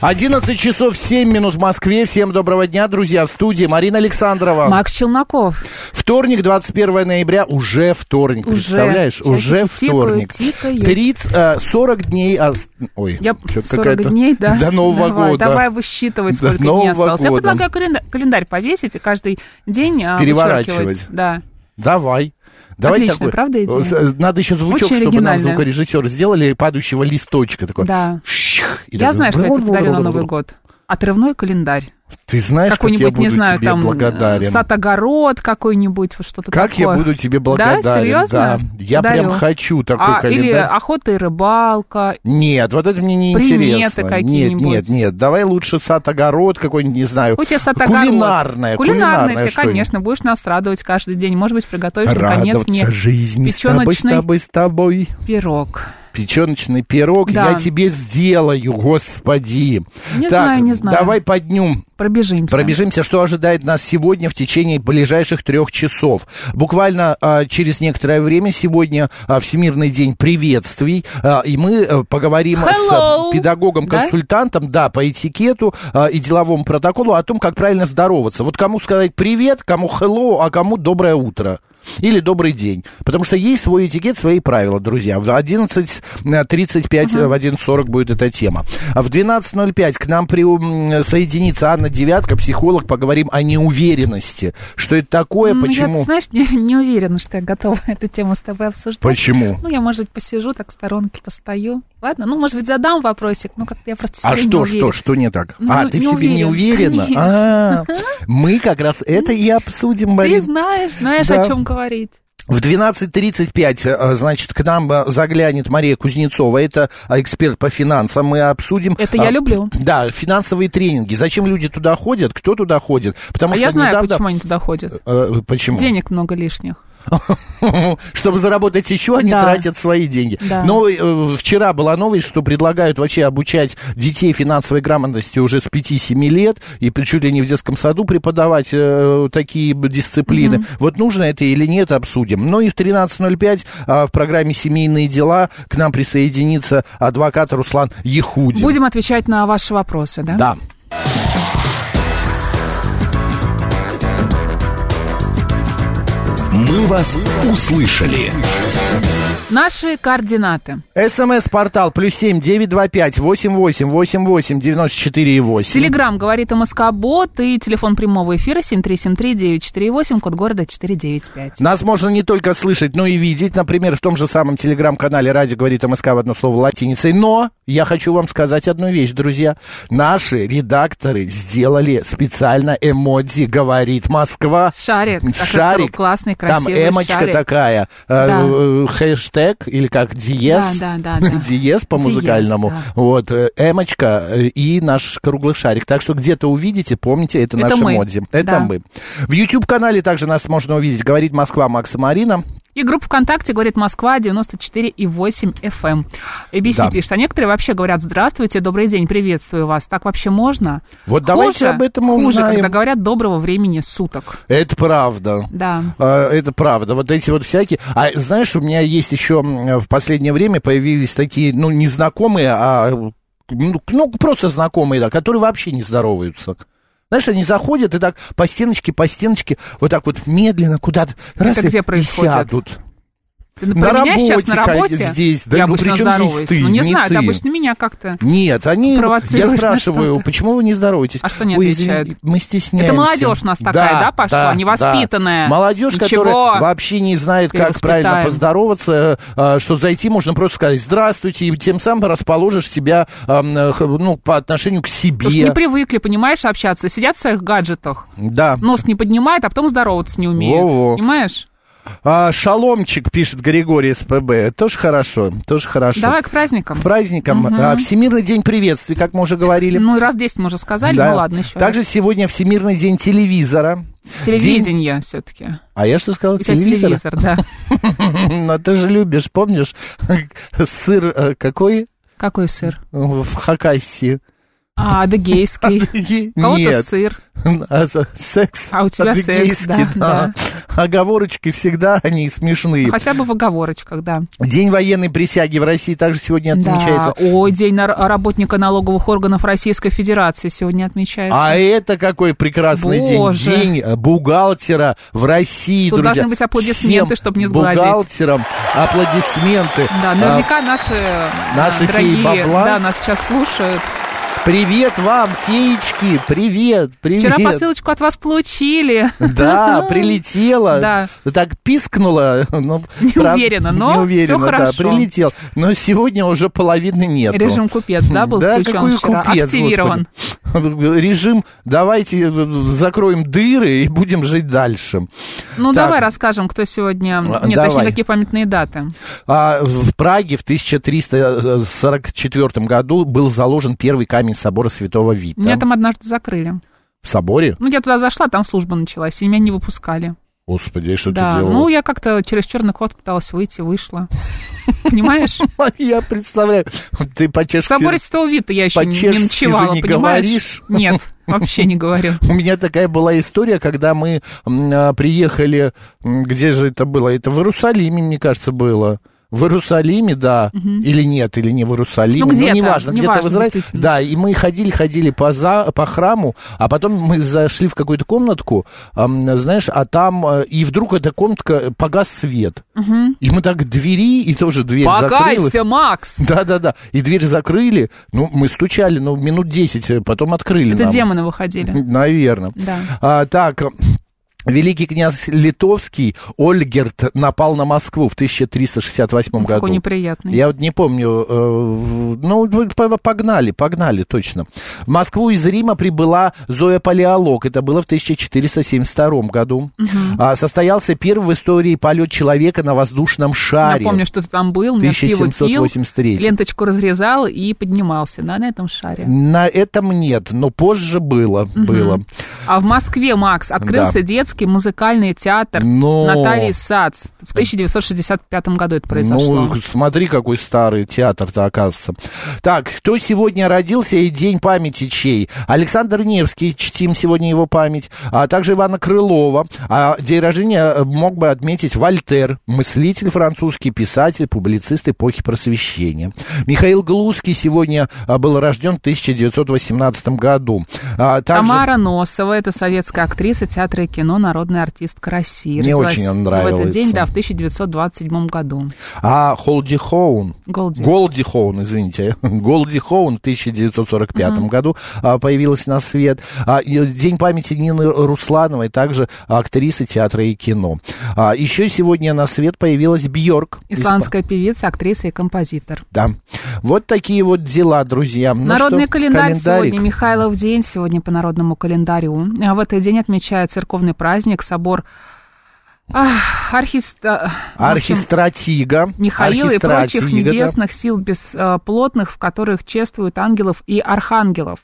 11 часов 7 минут в Москве. Всем доброго дня, друзья. В студии Марина Александрова. Макс Челноков. Вторник, 21 ноября. Уже вторник, Уже. представляешь? Сейчас Уже я тикаю, вторник. тикаю. 30, э, 40 дней... ос- Ой, Я чё-то 40 дней, да. До Нового давай, года. Давай высчитывать, До сколько дней Нового осталось. Я года. предлагаю календарь, календарь повесить и каждый день а, Переворачивать. вычеркивать. Да. Давай. Давай Отлично, такой. правда идея? С- э, Надо еще звучок, Очень чтобы нам оригинально. звукорежиссеры сделали падающего листочка. Такой. Да. Щх, и Я такой знаю, что я тебе бру-бру-бру-бру-бру. подарю на Новый год. Отрывной календарь. Ты знаешь, как я какой-нибудь, буду не знаю, тебе там э, благодарен. сад-огород какой-нибудь, вот что-то Как такое. я буду тебе благодарен. Да, серьезно? да. Я Дарю. прям хочу такой а, календарь. Или охота и рыбалка. Нет, вот это мне не Приметы интересно. Нет, какие-нибудь. нет, нет. Давай лучше сад-огород какой-нибудь, не знаю. У тебя сад-огород. кулинарное, кулинарное. Кулинарное тебе, что-нибудь. конечно, будешь нас радовать каждый день. Может быть, приготовишь, наконец, Радоваться мне жизни с тобой, с печёночный- тобой, с тобой. пирог. Печеночный пирог Да. я тебе сделаю, господи. Не так, знаю, не знаю. давай по дню Пробежимся. Пробежимся, что ожидает нас сегодня в течение ближайших трех часов. Буквально а, через некоторое время сегодня а, Всемирный день приветствий, а, и мы э, поговорим Hello. с педагогом-консультантом, да? по этикету а, и деловому протоколу о том, как правильно здороваться. Вот кому сказать привет, кому hello, а кому доброе утро. Или добрый день. Потому что есть свой этикет, свои правила, друзья. В 11.35, э, в 11.40 будет эта тема. А В 12.05 к нам присоединится Анна Девятка, психолог. Поговорим о неуверенности. Что это такое, Ну, Я, почему... ты знаешь, не, не уверена, что я готова эту тему с тобой обсуждать. Почему? Ну, я, может быть, посижу так в сторонке, постою. Ладно, ну, может быть, задам вопросик, ну, как-то я просто А себе не что, уверена. что, что не так? Ну, а, ты в не себе не уверен, уверена? А, мы как раз это и обсудим, Ты Марин. знаешь, знаешь, Да. о чем говорить. В 12.35, э, значит, к нам э, заглянет Мария Кузнецова. Это э, эксперт по финансам. Мы обсудим... Это я а, люблю. Да, финансовые тренинги. Зачем люди туда ходят? Кто туда ходит? Потому А что я знаю, недавно... почему они туда ходят. Э, почему? Денег много лишних. Чтобы заработать еще, они Да. тратят свои деньги. Да. Но э, вчера была новость, что предлагают вообще обучать детей финансовой грамотности уже с 5-7 лет, и при- чуть ли не в детском саду преподавать э, такие б- дисциплины. Вот нужно это или нет, обсудим. Ну и в 13.05 а, в программе «Семейные дела» к нам присоединится адвокат Руслан Ехудин. Будем отвечать на ваши вопросы, да? Да. «Мы вас услышали». Наши координаты. СМС-портал плюс семь девять два пять восемь восемь восемь восемь девяносто четыре и восемь. Телеграм говорит о Бот и телефон прямого эфира 7373948, код города 495. Нас можно не только слышать, но и видеть. Например, в том же самом телеграм-канале «Радио говорит МСК» в одно слово латиницей. Но я хочу вам сказать одну вещь, друзья. Наши редакторы сделали специально эмодзи «Говорит Москва». Шарик. такой Шарик. Классный, Там красивый эмочка шарик. такая, э, Да. э, хэштег или как диез, Да, да, да, да. диез по Диез, музыкальному, да. вот, э, эмочка э, и наш круглый шарик. Так что где-то увидите, помните, это, Это наши мы. моди. Это Да. мы. В YouTube-канале также нас можно увидеть, говорит Москва Макса Марина. И группа ВКонтакте говорит Москва 94,8 FM. ABC Да. эм». пишет, а некоторые вообще говорят здравствуйте, добрый день, приветствую вас. Так вообще можно? Вот давайте об этом хуже, узнаем. когда говорят доброго времени суток. Это правда. Да. А, Это правда. Вот эти вот всякие. А знаешь, у меня есть еще м, в последнее время появились такие, ну, незнакомые, а ну, к- ну, просто знакомые, да, которые вообще не здороваются. Знаешь, они заходят и так по стеночке, по стеночке, вот так вот медленно куда-то раз Это и- где и происходит? сядут. Ты про На меня сейчас работе, на работе? конечно, здесь. Да, я ну, обычно при чём здесь здороваюсь. ты? ну, не, Не знаю, ты. ты обычно меня как-то... Нет, они... Провоцируешь Я на спрашиваю, что-то. почему вы не здороваетесь? А что не Ой, извини, отвечают? Мы стесняемся. Это молодежь у нас такая, да, пошла? Невоспитанная. Молодежь, Ничего. которая вообще не знает, как Перевоспитаем. правильно поздороваться, э, э, что зайти можно просто сказать «здравствуйте», и тем самым расположишь себя эм, э, х- ну, по отношению к Потому что не себе. привыкли, понимаешь, общаться. Сидят в своих гаджетах, Да. нос не поднимают, а потом здороваться не умеют. Во-во. Понимаешь? А, шаломчик, пишет Григорий СПБ. Тоже хорошо, тоже хорошо. Давай к праздникам. К праздникам. А, Всемирный день приветствий, как мы уже говорили. Ну, раз 10 мы уже сказали, Да. ну ладно еще. Также сегодня Всемирный день телевизора. День- Телевидение все-таки. А я что сказал? У тебя Телевизора? телевизор, да. Но ты же любишь, помнишь, сыр э, какой Какой сыр? в Хакасии? А, адыгейский. У Кого-то Нет. сыр. А за- секс. А у тебя адыгейский, секс, да, Оговорочки всегда они смешные. Хотя бы в оговорочках, да. День военной присяги в России также сегодня Да. отмечается. Ой, День нар- работника налоговых органов Российской Федерации сегодня отмечается. А это какой прекрасный Боже. день. День э, бухгалтера в России, Тут друзья. должны быть аплодисменты, Всем чтобы не сглазить. бухгалтерам аплодисменты. Да, наверняка наши, А, наши э, феи дорогие, бабла. да, нас сейчас слушают. А, привет вам, феечки, привет, привет. Вчера посылочку от вас получили. Да, прилетела. Да. Так пискнула. Ну, Не уверена, но Не уверена, всё да, хорошо. прилетел. Но сегодня уже половины нет. Режим купец, да, был да, включен какой вчера? купец, Активирован. господи. Режим, давайте э, закроем дыры и будем жить дальше. Ну, Так. А, давай расскажем, кто сегодня... Нет, давай. точнее, какие памятные даты. А в Праге в 1344 году был заложен первый камень собора Святого Вита. Меня там однажды закрыли. В соборе? Ну, я туда зашла, там служба началась, и меня не выпускали. Господи, что да, ты делала? ну, я как-то через черный кот пыталась выйти, вышла. Понимаешь? Я представляю, ты В по-чешски... соборе Святого Вита я еще не По-чешски ночевала, же не понимаешь? говоришь. Нет, вообще не говорю. У меня такая была история, когда мы м, а, приехали, м, где же это было? Это в Иерусалиме, мне кажется, было. В Иерусалиме, да, или нет, или не в Иерусалиме, Ну, где-то, неважно, где-то в неважно, Израиле. действительно. Да, и мы ходили, ходили по, за, по храму, а потом мы зашли в какую-то комнатку, ам, знаешь, а там, э, и вдруг эта комнатка э, погас свет. И мы так к двери, и тоже дверь закрылась. Погайся, Макс! Да-да-да, и дверь закрыли, ну, мы стучали, ну, минут 10, э, потом открыли Это нам. демоны выходили. Наверное. Да. А, так, великий князь Литовский Ольгерт напал на Москву в 1368 году. Какой неприятный. Я вот не помню. э, Ну, п- погнали, погнали, точно. В Москву из Рима прибыла Зоя Палеолог. Это было в 1472 году. А, Состоялся первый в истории полет человека на воздушном шаре. Напомню, что ты там был, меня пиво пил, 1783. ленточку разрезал и поднимался, да, на этом шаре. На этом нет, но позже было, было. А в Москве, Макс, открылся Да. детский музыкальный театр Но- Натальи Сац. В 1965 году это произошло. Ну, смотри, какой старый театр-то оказывается. Так, кто сегодня родился и день памяти чей? Александр Невский, чтим сегодня его память, а также Ивана Крылова. А день рождения э, мог бы отметить Вольтер, мыслитель французский, писатель, публицист эпохи просвещения. Михаил Глузский сегодня а, был рожден в 1918 году. А, также- Тамара Носова, это советская актриса театра и кино, народная артистка России. Мне Родилась очень он В этот нравится. день, да, в 1927 году. А Холди Хоун. Голди. Голди Хоун, извините. Голди Хоун в 1945 году а, появилась на свет. А, и День памяти Нины Руслановой, также актрисы театра и кино. А, еще сегодня на свет появилась Бьорк. Исландская певица, актриса и композитор. Да. Вот такие вот дела, друзья. Ну Народный что, календарь календарик? сегодня, Михайлов день сегодня по народному календарю. А В этот день отмечает церковный праздник, собор ах, архист... а, в общем, Архистратига. Михаила и прочих Архистратига, да. небесных сил бесплотных, в которых чествуют ангелов и архангелов.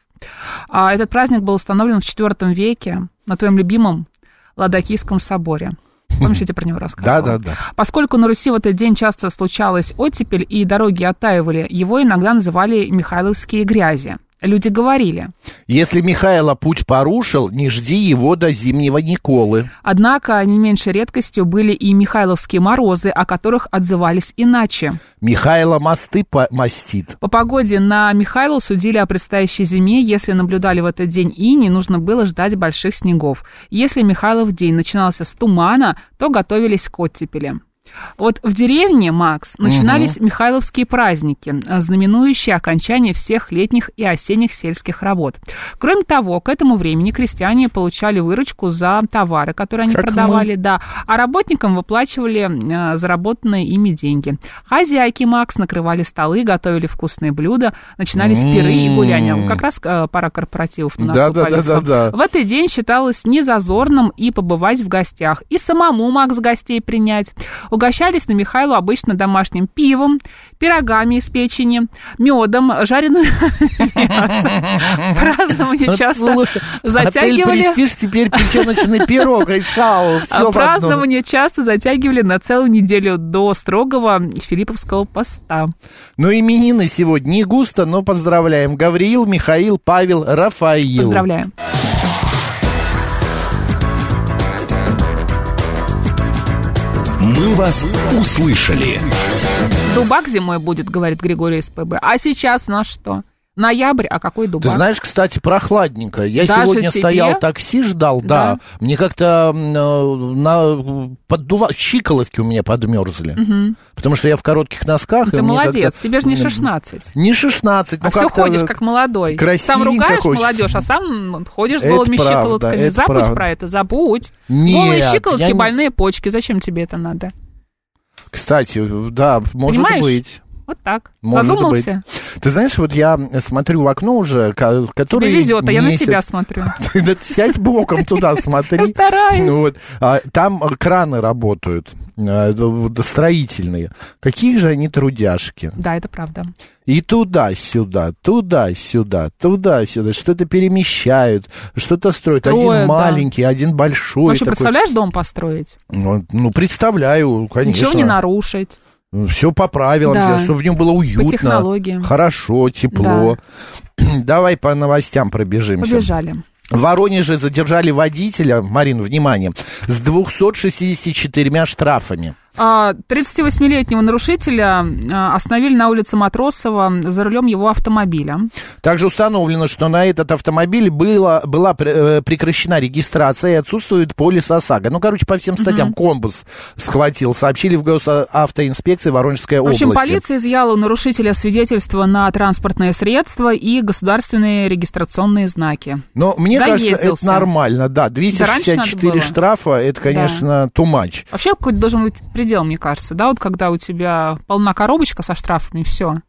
А Этот праздник был установлен в IV веке на твоем любимом Ладокийском соборе. Помнишь, я тебе про него рассказывала? Да-да-да. Поскольку на Руси в этот день часто случалась оттепель и дороги оттаивали, его иногда называли «Михайловские грязи». Люди говорили. Если Михаила путь порушил, не жди его до зимнего Николы. Однако не меньшей редкостью были и Михайловские морозы, о которых отзывались иначе. Михаила мосты по- мастит. По погоде на Михайлу судили о предстоящей зиме. Если наблюдали в этот день ини, нужно было ждать больших снегов. Если Михайлов день начинался с тумана, то готовились к оттепели. Вот в деревне, Макс, начинались Михайловские праздники, а, знаменующие окончание всех летних и осенних сельских работ. Кроме того, к этому времени крестьяне получали выручку за товары, которые они Как мы. продавали, да, а работникам выплачивали э, заработанные ими деньги. Хозяйки, Макс, накрывали столы, готовили вкусные блюда, начинались пиры и гуляния. Вот Как раз э, пара корпоративов на носу Да-да-да-да-да. повисла. В этот день считалось незазорным и побывать в гостях, и самому Макс гостей принять. Угощались на Михайлу обычно домашним пивом, пирогами из печени, медом, жареным мясом. Празднование Вот часто Ну, слушай, Отель затягивали... «Престиж» теперь печеночный пирог и сало, А все в одном. празднование часто затягивали на целую неделю до строгого филипповского поста. Но Ну, именины сегодня не густо, но поздравляем. Гавриил, Михаил, Павел, Рафаил. Поздравляем. «Мы вас услышали». Дубак зимой будет, говорит Григорий СПБ. А сейчас у нас что? Ноябрь, а какой Ты дубак? знаешь, кстати, прохладненько. Я Даже сегодня тебе? стоял такси, ждал, да. Да. Мне как-то м, э, на поддува- щиколотки у меня подмерзли. Потому что я в коротких носках. и Ты мне молодец, как-то- тебе же не 16. Не 16, ну а все как-то- ходишь как молодой. Сам красивенько ругаешь хочется. молодежь, а сам ходишь с Это голыми правда, щиколотками. это Забудь правда. про это, забудь. Нет, Голые я щиколотки, не- больные почки. Зачем тебе это надо? Кстати, да, может Понимаешь? быть. Вот так. Может Задумался. быть. Ты знаешь, вот я смотрю в окно уже, ко- который Тебе везет, а я на месяц- тебя смотрю. Ты да сядь боком туда, смотри. Я стараюсь. Ну вот, а, там э, краны работают, э, вот, строительные. Какие же они трудяшки. Да, это правда. И туда-сюда, туда-сюда, туда-сюда. Что-то перемещают, что-то строят. Строят, один да. маленький, один большой. Вообще, такой. Ну, а представляешь дом построить? Ну, ну, представляю, конечно. Ничего не нарушить. Все по правилам, Да. чтобы в нем было уютно. технологиям. Хорошо, тепло. Давай по новостям пробежимся. Побежали. В Воронеже задержали водителя, Марин, внимание, с 264 штрафами. А, 38-летнего нарушителя а, остановили на улице Матросова за рулем его автомобиля. Также установлено, что на этот автомобиль было, была пр- э, прекращена регистрация и отсутствует полис ОСАГО. Ну, короче, по всем статьям комбус схватил, сообщили в госавтоинспекции Воронежской В общем, области. полиция изъяла у нарушителя свидетельство на транспортное средство и государственные регистрационные знаки. Но мне кажется, это Доездился. нормально, да. раньше надо 264 было. штрафа, это, конечно, тумач. Вообще какой-то должен быть предел, мне кажется, да, вот когда у тебя полна коробочка со штрафами, все.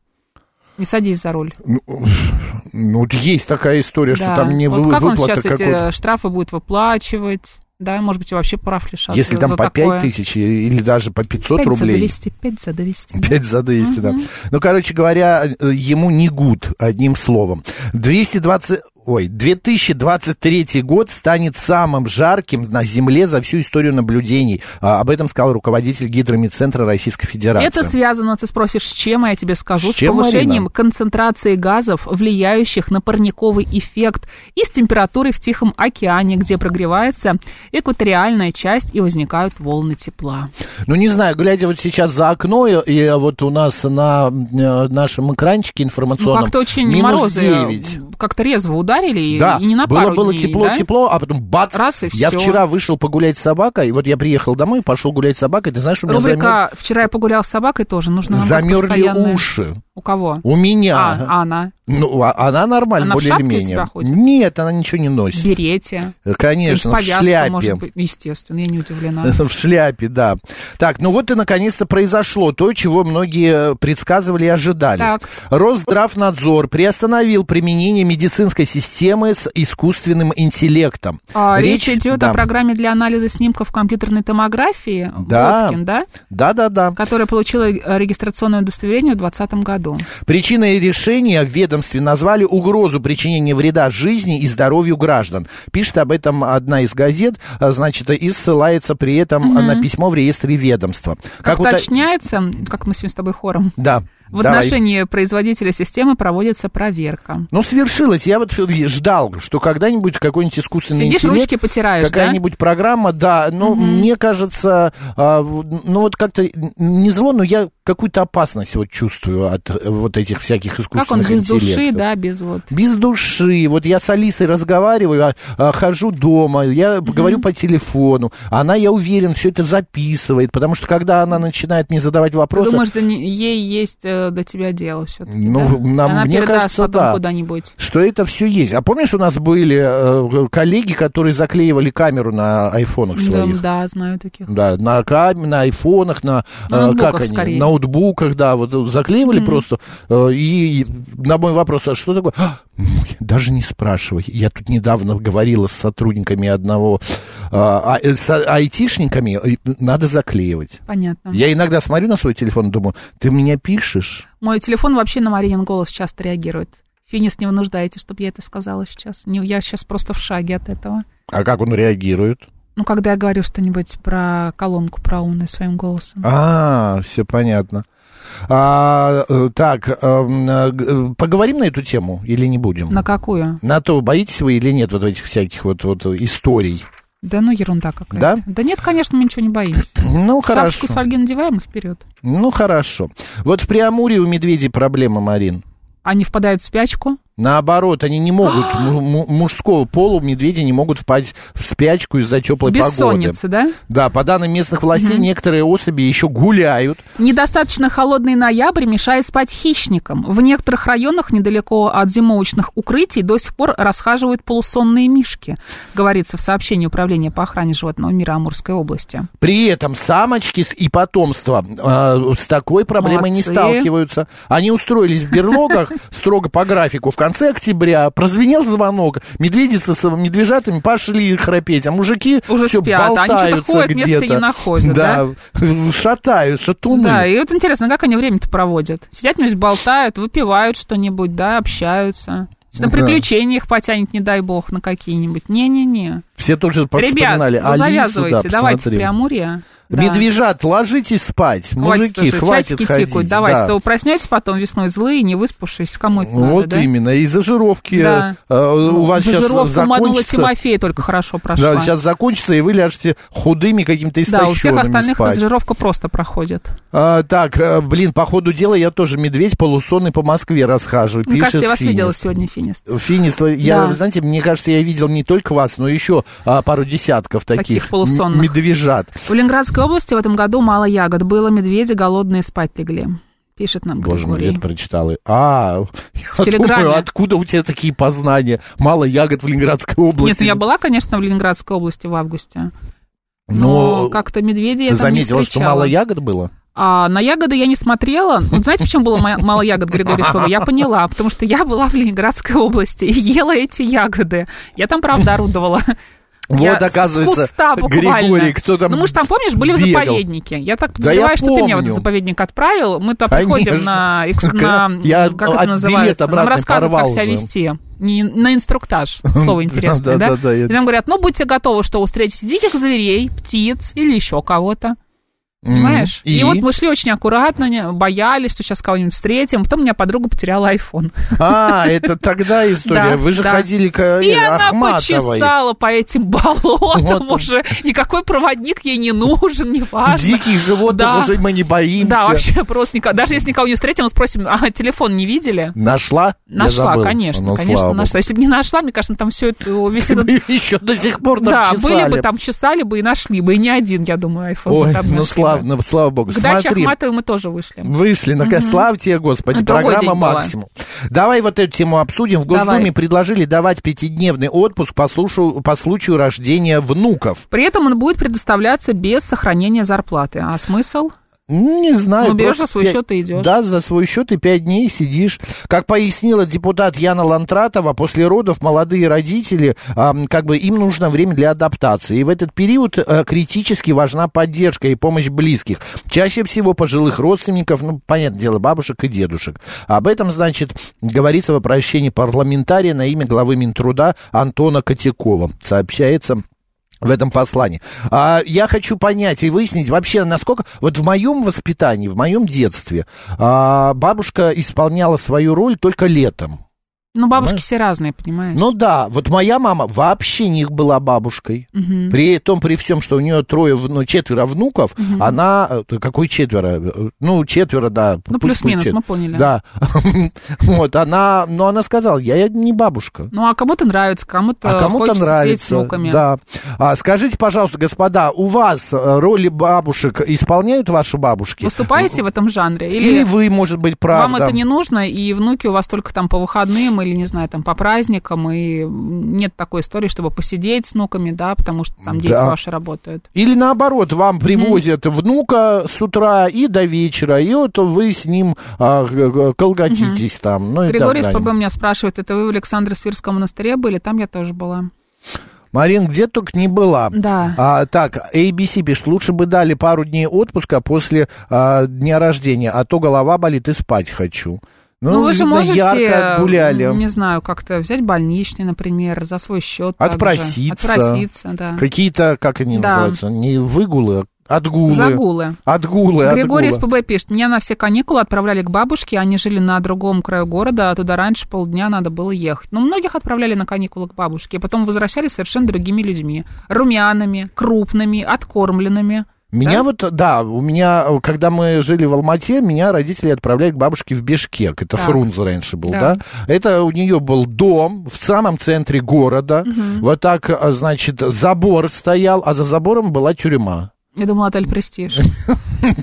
Не садись за руль. Ну, вот есть такая история, что Да. там не вот вы- как он выплата сейчас какой-то. эти э, штрафы будет выплачивать? Да, может быть, и вообще прав лишаться Если там за по такое. 5 тысяч или даже по 500 Пять за рублей. 200, пять за 200. 5 за 200, да. Ну, короче говоря, э, ему не гуд, одним словом. 220... Ой, 2023 год станет самым жарким на Земле за всю историю наблюдений. А, об этом сказал руководитель Гидромедцентра Российской Федерации. Это связано, ты спросишь, с чем, а я тебе скажу, С с, чем, повышением Марина? концентрации газов, влияющих на парниковый эффект, и с температурой в Тихом океане, где прогревается экваториальная часть и возникают волны тепла. Ну, не знаю, глядя вот сейчас за окно, и, и вот у нас на э, нашем Ну, экранчике информационном как-то очень минус морозы 9. как-то резво ударили, и- Да, и не на было, пару было дней, тепло, да? тепло, а потом бац. Раз и я всё. вчера вышел погулять с собакой, и вот я приехал домой, пошел гулять с собакой, ты знаешь, у меня Рубрика «Вчера я погулял с собакой» тоже нужно замер- нам замерли постоянно. уши. У кого? У меня. А, а она? Ну, а- она нормально, Она в более шапке или у менее. тебя ходит? Нет, она ничего не носит. Берете? Конечно, в повязка, шляпе. может быть. Естественно, я не удивлена. В шляпе, да. Так, ну вот и наконец-то произошло то, чего многие предсказывали и ожидали. Так. Росздравнадзор приостановил применение медицинской системы с искусственным интеллектом. А, Речь, идет да. о программе для анализа снимков компьютерной томографии Да. Водкин, да, Да-да-да. которая получила э, регистрационное удостоверение в 2020 году. Причиной решения в ведомстве назвали угрозу причинения вреда жизни и здоровью граждан. Пишет об этом одна из газет, а, значит, и ссылается при этом на письмо в реестре ведомства. Как, ута- уточняется, как мы сегодня с тобой хором, Да, В Давай. отношении производителя системы проводится проверка. Ну, свершилось. Я вот всё ждал, что когда-нибудь какой-нибудь искусственный Сидишь, интеллект... ручки потираешь, Какая-нибудь программа, да. Но мне кажется, а, в- ну, вот как-то не зло, но я какую-то опасность вот чувствую от э, вот этих всяких да? искусственных Как он без души, интеллектов. да, без вот. Без души. Вот я с Алисой разговариваю, а, а, хожу дома, я говорю по телефону. Она, я уверен, все это записывает, потому что когда она начинает мне задавать Ты вопросы... думаешь, да не- ей есть э, до тебя дело все-таки? Ну, нам- Она мне передаст кажется, потом да. куда-нибудь. что это все есть. А помнишь, у нас были э, коллеги, которые заклеивали камеру на айфонах Да, своих? да, знаю таких. Да, на кам... на айфонах, на, На э, ноутбуках как они, скорее. ноутбуках, да, вот заклеивали просто. э, и на мой вопрос, а что такое? «А, ой, даже не спрашивай. Я тут недавно говорила с сотрудниками одного, э, а- э, с а- айтишниками, э, надо заклеивать. Понятно. Я иногда смотрю на свой телефон и думаю, ты меня пишешь? Мой телефон вообще на Маринин голос часто реагирует. Финис, не вынуждаете, чтобы я это сказала сейчас. Не, я сейчас просто в шаге от этого. А как он реагирует? Ну, когда я говорю что-нибудь про колонку, про умную своим голосом. А, все понятно. А, э, так, э, м, э, г- э, поговорим на эту тему или не будем? На какую? На то, боитесь вы или нет вот этих всяких вот, вот историй? Да ну ерунда какая-то. Да? Да нет, конечно, мы ничего не боимся. Ну, хорошо. Шапочку с фольги надеваем и вперед. Ну, хорошо. Вот в Преамуре у медведей проблема, Марин. Они впадают в спячку. Наоборот, они не могут, му- му- мужского пола медведи не могут впасть в спячку из-за теплой погоды. Бессонница, да? Да, по данным местных властей, некоторые особи еще гуляют. Недостаточно холодный ноябрь мешает спать хищникам. В некоторых районах недалеко от зимовочных укрытий до сих пор расхаживают полусонные мишки, говорится в сообщении Управления по охране животного мира Амурской области. При этом самочки с- и потомство э, с такой проблемой не Молодцы. сталкиваются. Они устроились в берлогах строго по графику. В конце октября прозвенел звонок. Медведицы с медвежатами пошли храпеть, а мужики Уже все спят, они что-то болтаются ходят, места где-то. себе не находят, шатают, шатуны. Да, и вот интересно, как они время-то проводят? Сидят, небось, болтают, выпивают что-нибудь, да, общаются. Что на Да. приключения их потянет, не дай бог, на какие-нибудь. Не-не-не. Все тут же Ребят, вспоминали. вы завязывайте, давайте в посмотри. Преамурье. Да. Медвежат, ложитесь спать. Мужики, уже, хватит часики ходить. тикают, давайте, да. то вы проснетесь потом весной злые, не выспавшись, кому это надо, Вот да? именно. Из-за жировки Да. э, у вас сейчас Жировка манула закончится. Тимофея только хорошо прошла. Да, сейчас закончится, и вы ляжете худыми какими-то Да, у всех истощенными остальных спать. жировка просто проходит. А, так, э, блин, по ходу дела я тоже медведь полусонный по Москве расхаживаю, Мне пишет Ну, кажется, я вас Финист. видела сегодня, Финист. Финист, вы- я, Да. вы знаете, мне кажется, я видел не только вас, но еще а, пару десятков таких, Таких полусонных. м- медвежат. В Ленинградской области в этом году мало ягод. Было медведи, голодные спать легли. Пишет нам Боже мой, я Григорий. это прочитал. и- А, я Телеграме. думаю, откуда у тебя такие познания? Мало ягод в Ленинградской области. Нет, ну я была, конечно, в Ленинградской области в августе. Но, но как-то медведей ну, я Ну, ты там не заметила, что встречала. мало ягод было? А на ягоды я не смотрела. Вот знаете, почему было моя- мало ягод Григорьевского? Я поняла, потому что я была в Ленинградской области и ела эти ягоды. Я там, правда, орудовала. Вот, Я с оказывается, куста буквально. Григорий, кто там Ну, мы же там, помнишь, были в бегал. заповеднике. Я так Да я подозреваю, что ты меня в помню. этот заповедник отправил. Мы там приходим Конечно. на... экс- Когда на- я как от- это билет называется? Нам обратный рассказывают, как порвал себя же. вести. Не- на инструктаж. Слово интересное, да? Да-да-да, я- И нам говорят, ну, будьте готовы, что вы встретите диких зверей, птиц или еще кого-то. Понимаешь? И? И? вот мы шли очень аккуратно, не- боялись, что сейчас кого-нибудь встретим. Потом у меня подруга потеряла айфон. А, это тогда история. Да, Вы же да. ходили к И э, она Ахматовой. почесала по этим Вот он. болотам уже. Никакой проводник ей не нужен, не важно. Диких животных Да. уже мы не боимся. Да, вообще просто никого. Даже если никого не встретим, мы спросим, а телефон не видели? Нашла? Я Нашла, забыл. конечно, Ну, конечно, слава богу. нашла. Если бы не нашла, мне кажется, там все это весь этот... Мы Еще до сих пор там Да, чесали. были бы там, чесали бы и нашли бы. И не один, я думаю, айфон. бы Ой, там ну нашли слава, бы. ну, слава богу. К даче Смотри, Ахматовой мы тоже вышли. Вышли, на слава тебе, Господи, Ну, другой программа день была. «Максимум». Давай вот эту тему обсудим. В Госдуме Давай. предложили давать пятидневный отпуск по, слушу- по случаю рождения внуков. При этом он будет предоставляться без сохранения зарплаты. А смысл? Ну, Не знаю. Ну, берешь просто за свой пять- счет и идешь. Да, за свой счет и пять дней сидишь. Как пояснила депутат Яна Лантратова, после родов молодые родители, а, м, как бы им нужно время для адаптации. И в этот период э, критически важна поддержка и помощь близких. Чаще всего пожилых родственников, ну, понятное дело, бабушек и дедушек. Об этом, значит, говорится в обращении парламентария на имя главы Минтруда Антона Котякова. Сообщается в этом послании. А, я хочу понять и выяснить вообще, насколько... Вот в моем воспитании, в моем детстве а, бабушка исполняла свою роль только летом. Ну, бабушки Понимаешь? все разные, понимаешь? Ну да, вот моя мама вообще не была бабушкой. Мгм. При том, при всем, что у нее трое, вну- ну, четверо внуков, она... э, т- Какой четверо? Э, Ну, четверо, да. Ну, пусть плюс-минус, будет мы поняли. Да. Вот, она... Но она сказала, я я не бабушка. Ну, а кому-то нравится, кому-то А кому-то Э, хочется сидеть с нравится. внуками. Да. А, скажите, пожалуйста, господа, у вас э, роли бабушек исполняют ваши бабушки? Выступаете в этом жанре? Или, вы, может быть, правда? Вам это не нужно, и внуки у вас только там по выходным или, не знаю, там по праздникам, и нет такой истории, чтобы посидеть с внуками, да, потому что там дети Да. ваши работают. Или наоборот, вам привозят внука с утра и до вечера, и вот вы с ним а, г- г- колготитесь там. Ну, и так Григорий из далее. ПБ меня спрашивает, это вы в Александро-Свирском монастыре были? Там я тоже была. Марин где только не была. Да. А, так, ABC пишет, лучше бы дали пару дней отпуска после а, дня рождения, а то голова болит и спать хочу. Ну, вы же видно, можете, ярко отгуляли. не знаю, как-то взять больничный, например, за свой счет. также. Отпроситься. Отпроситься, да. Какие-то, как они Да. называются, не выгулы, а отгулы. Загулы. Отгулы, Григорий отгулы. СПБ пишет, меня на все каникулы отправляли к бабушке, они жили на другом краю города, а туда раньше полдня надо было ехать. Но многих отправляли на каникулы к бабушке, а потом возвращались совершенно другими людьми. Румяными, крупными, откормленными. Меня вот, да, у меня, э, когда мы жили в Алмате, меня родители отправляли к бабушке в Бишкек. Это Так. Фрунзе раньше был, да. Да. Это у нее был дом в самом центре города. Вот так, э, значит, забор стоял, а за забором была тюрьма. Я думала, отель «Престиж».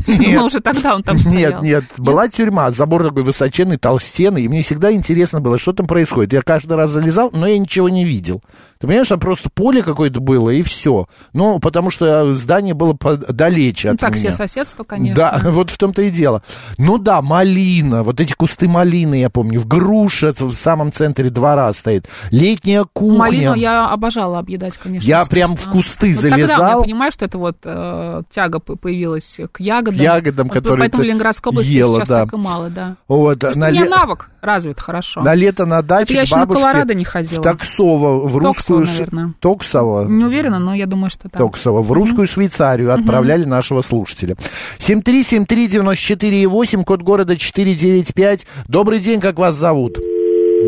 Думала, уже тогда он там Нет, стоял. нет, была тюрьма, забор такой высоченный, толстенный, и мне всегда интересно было, что там происходит. Я каждый раз залезал, но я ничего не видел. Ты понимаешь, там просто поле какое-то было, и все. Ну, потому что здание было подалече Ну, от так меня. все соседство, конечно. Да, вот в том-то и дело. Ну да, малина, вот эти кусты малины, я помню, в груша в самом центре двора стоит, летняя кухня. Малину я обожала объедать, конечно. Я вкусно. прям в кусты Вот Тогда залезал. я понимаю, что это вот э, тяга по- появилась к ягодам. К ягодам, Вот которые Поэтому в ты Ленинградской области ела, сейчас да. так и мало, да. Вот, Потому что на у меня ле- навык развит хорошо. На лето на даче Типа. я к еще на бабушке Колорадо не ходила. в Токсово, в русскую... Ш- наверное. Токсово? Не уверена, но я думаю, что так. Токсова в русскую Швейцарию отправляли нашего слушателя. 7373948, код города 495. Добрый день, как вас зовут?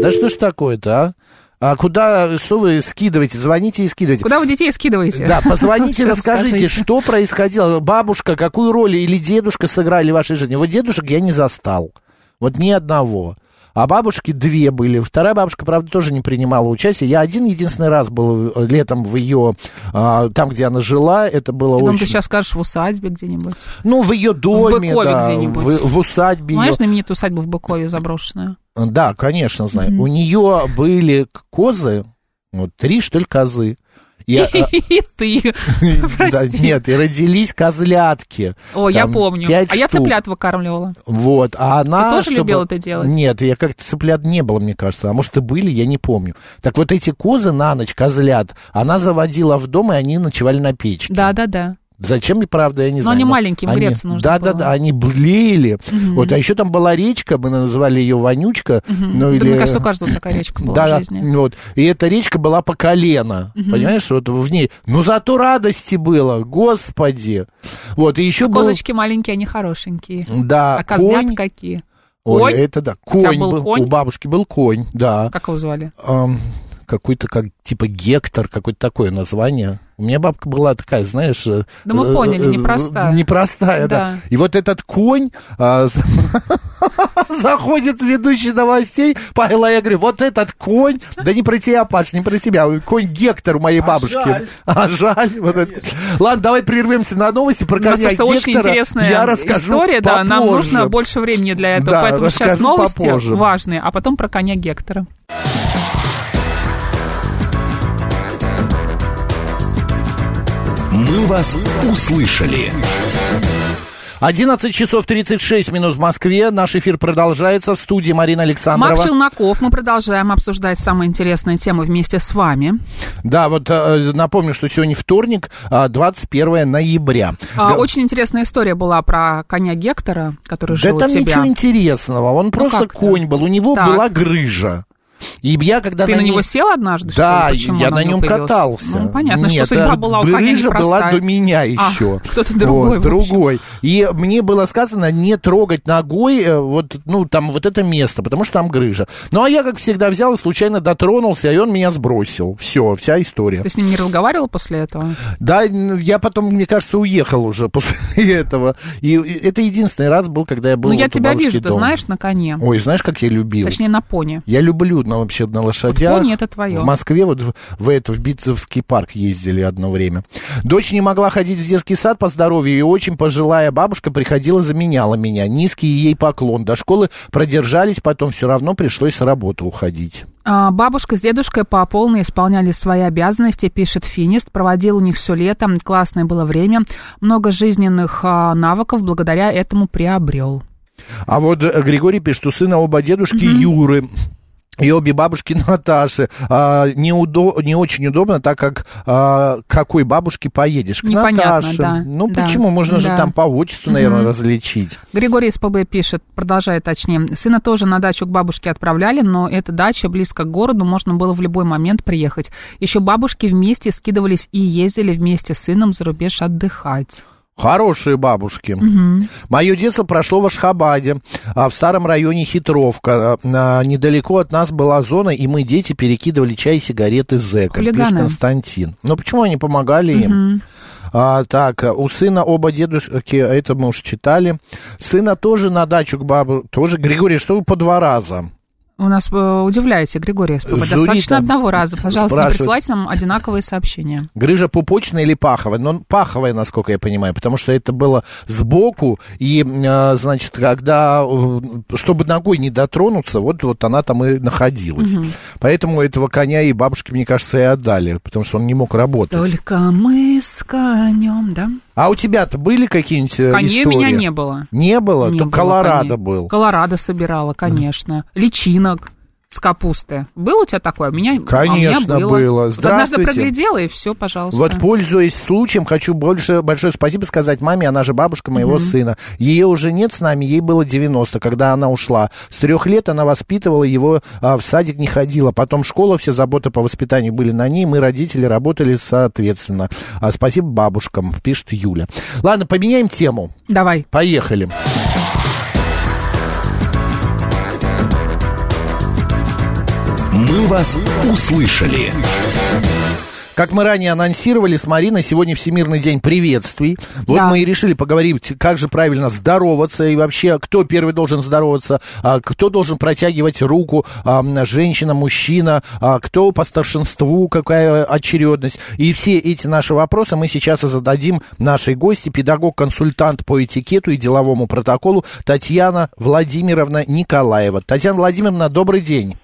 Да что ж такое-то, а? А куда, что вы скидываете? Звоните и скидывайте. Куда вы детей скидываете? Да, позвоните, Сейчас расскажите, что происходило. Бабушка, какую роль или дедушка сыграли в вашей жизни? Вот дедушек я не застал. Вот ни одного. А бабушки две были. Вторая бабушка, правда, тоже не принимала участия. Я один единственный раз был э, летом в ее, а, там, где она жила. Это было Я думаю, очень... ты сейчас скажешь в усадьбе где-нибудь. Ну, в ее доме, Быкове да, где-нибудь. в, в усадьбе. её. Знаешь знаменитую усадьбу в Быкове заброшенную? Да, конечно, знаю. У нее были к- козы, вот три, что ли, козы. Я, э, И ты. Да, Прости. нет, и родились козлятки. О, я Там помню. пять А я штук. цыплят выкармливала. Вот, а она... тоже чтобы- любил это делать? Нет, я как-то цыплят не было, мне кажется. А может, и были, я не помню. Так вот эти козы на ночь, козлят, она заводила в дом, и они ночевали на печке. Да-да-да. Зачем, и правда, я не Но знаю. Ну, они маленькие, в Грецию нужно Да, да, было. да, они блеяли. Вот, а еще там была речка, мы называли ее Вонючка. Ну, Да, или... Мне кажется, у каждого такая речка была Да, Ну, в жизни. вот. И эта речка была по колено, понимаешь, вот в ней. Но зато радости было, господи. Вот, и еще был... Козочки маленькие, они хорошенькие. Да, А ну, конь. козлят какие? Ой, Конь? это да. тебя Конь был был. конь? У бабушки был конь, да. Как его звали? Ам, какой-то как типа Гектор, какое-то такое название. У меня бабка была такая, знаешь... э, Да мы э, поняли, э, непростая. Непростая, да. Да. И вот этот конь а, за- заходит ведущий новостей, Павел, а я говорю, вот этот конь, да не про тебя, Паш, не про тебя, конь Гектор у моей бабушки. жаль. А жаль. Вот это. Ладно, давай прервемся на новости про У нас коня просто очень Гектора. интересная Я расскажу история, да, нам попозже. нужно больше времени для этого, Да, поэтому сейчас расскажу новости попозже. важные, а потом про коня Гектора. «Мы вас услышали». 11 часов 36 минут в Москве. Наш эфир продолжается. В студии Марина Александрова. Марк Челноков, мы продолжаем обсуждать самые интересные темы вместе с вами. Да, вот э, напомню, что сегодня вторник, а, 21 ноября. А, Да- Очень интересная история была про коня Гектора, который да жил там у тебя. Ну ничего интересного. Он просто как-то. конь был. У него Так. была грыжа. И я когда Ты на него сел однажды, что ли? Да, Почему я он на нем появился? катался. Ну, понятно, Нет, что судьба а была у коня Грыжа была непростая. А, до меня еще. кто-то другой, в общем. другой. И мне было сказано не трогать ногой э, вот, ну, там, вот это место, потому что там грыжа. Ну, а я, как всегда, взял и случайно дотронулся, и он меня сбросил. Все, вся история. Ты с ним не разговаривал после этого? Да, н- я потом, мне кажется, уехал уже после этого. И это единственный раз был, когда я был ну, я вот у тебя бабушки вижу, ты дома. знаешь, на коне. Ой, знаешь, как я любил? Точнее, на пони. Я люблю на, вообще на лошадях. пони это твоё. В Москве вот в, в эту, в Битцевский парк ездили одно время. Дочь не могла ходить в детский сад по здоровью, и очень пожилая бабушка приходила, заменяла меня. Низкий ей поклон. До школы продержались, потом все равно пришлось с работы уходить. А, Бабушка с дедушкой по полной исполняли свои обязанности, пишет Финист. Проводил у них все лето, классное было время. Много жизненных а, навыков благодаря этому приобрел. А вот э, Григорий пишет, у сына оба дедушки Юры. И обе бабушки Наташи. А, неудо- не очень удобно, так как а, к какой бабушке поедешь? К Непонятно, Наташе. да, ну да, почему? Можно же да. там по отчеству, наверное, различить. Григорий из ПБ пишет, продолжает точнее. Сына тоже на дачу к бабушке отправляли, но эта дача близко к городу, можно было в любой момент приехать. Еще бабушки вместе скидывались и ездили вместе с сыном за рубеж отдыхать. Хорошие бабушки. Мое детство прошло в Ашхабаде, а, в старом районе Хитровка. А, а, Недалеко от нас была зона, и мы, дети, перекидывали чай и сигареты зэкам, пишет Хулиганы. Константин. Но почему они помогали им? А, так, а, у сына оба дедушки, а это мы уже читали. Сына тоже на дачу к бабу, тоже, Григорий, что вы по два раза? У нас э, удивляете, Григорий из ПБ. Зурита Достаточно одного раза. Пожалуйста, не спрашивает. присылайте нам одинаковые сообщения. Грыжа пупочная или паховая? Ну, паховая, насколько я понимаю, потому что это было сбоку, и, э, значит, когда, э, чтобы ногой не дотронуться, вот, вот она там и находилась. Поэтому этого коня и бабушке, мне кажется, и отдали, потому что он не мог работать. Только мы с конем, да? А у тебя-то были какие-нибудь э, Коней истории? у меня не было. Не было? Не было Только Колорадо коней. был. Колорадо собирала, конечно. Личинок с капусты. Было у тебя такое? У меня, а у меня Конечно, было. было. Вот однажды Здравствуйте. проглядела, и все, пожалуйста. Вот, пользуясь случаем, хочу больше, большое спасибо сказать маме, она же бабушка моего сына. Ее уже нет с нами, ей было 90, когда она ушла. С трех лет она воспитывала его, а, в садик не ходила. Потом школа, все заботы по воспитанию были на ней, мы, родители, работали соответственно. А, спасибо бабушкам, пишет Юля. Ладно, поменяем тему. Давай. Поехали. «Мы вас услышали». Как мы ранее анонсировали с Мариной, сегодня Всемирный день приветствий. Вот Да. мы и решили поговорить, как же правильно здороваться и вообще, кто первый должен здороваться, а, кто должен протягивать руку, а, м, женщина, мужчина, а, кто по старшинству, какая очередность. И все эти наши вопросы мы сейчас и зададим нашей гости, педагог-консультант по этикету и деловому протоколу Татьяна Владимировна Николаева. Татьяна Владимировна, добрый день.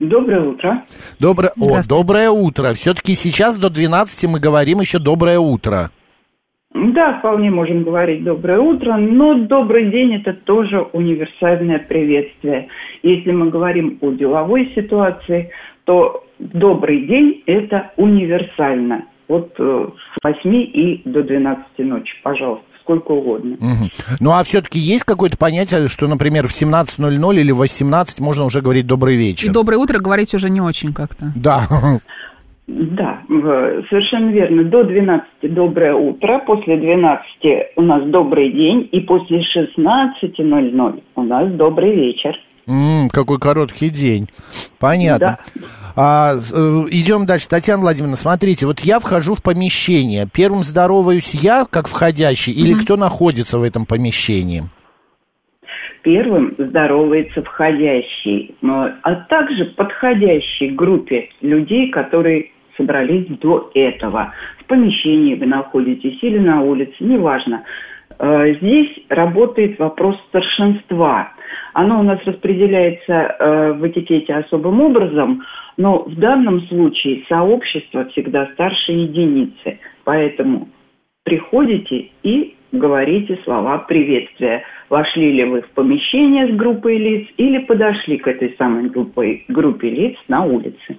Доброе утро. Доброе, о, Здравствуйте. доброе утро. Все-таки сейчас до 12 мы говорим еще доброе утро. Да, вполне можем говорить доброе утро, но добрый день это тоже универсальное приветствие. Если мы говорим о деловой ситуации, то добрый день это универсально. Вот э, с 8 и до 12 ночи, пожалуйста, сколько угодно. Мгм. Ну а все-таки есть какое-то понятие, что, например, в 17.00 или в 18 можно уже говорить добрый вечер. И доброе утро говорить уже не очень как-то. Да. Да, э, совершенно верно. До 12 доброе утро, после 12 у нас добрый день, и после 16.00 у нас добрый вечер. М, какой короткий день. Понятно. А, идем дальше. Татьяна Владимировна, смотрите, вот я вхожу в помещение. Первым здороваюсь я, как входящий, или кто находится в этом помещении? Первым здоровается входящий, но- а также подходящей группе людей, которые собрались до этого. В помещении вы находитесь или на улице, неважно. Э, Здесь работает вопрос старшинства. Оно у нас распределяется э, в этикете особым образом, но в данном случае сообщество всегда старше единицы. Поэтому приходите и говорите слова приветствия. Вошли ли вы в помещение с группой лиц или подошли к этой самой группой, группе лиц на улице.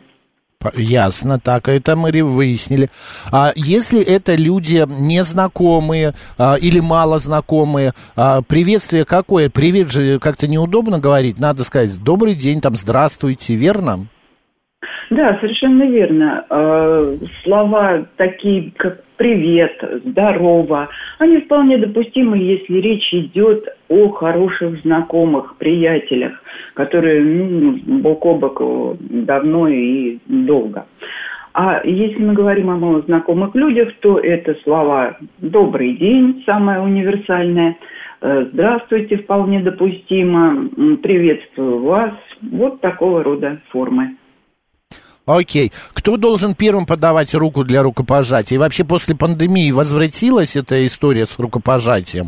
По- Ясно, так, это мы ре- выяснили. А если это люди незнакомые а, или малознакомые, а, приветствие какое? Привет же как-то неудобно говорить, надо сказать «добрый день», там «здравствуйте», верно? Да, совершенно верно. Э, Слова такие, как привет, здорово, они вполне допустимы, если речь идет о хороших знакомых, приятелях, которые ну, бок о бок э, давно и долго. А если мы говорим о малознакомых людях, то это слова «добрый день» самое универсальное, э, «здравствуйте» вполне допустимо, м, «приветствую вас», вот такого рода формы. Окей. Кто должен первым подавать руку для рукопожатия? И вообще после пандемии возвратилась эта история с рукопожатием?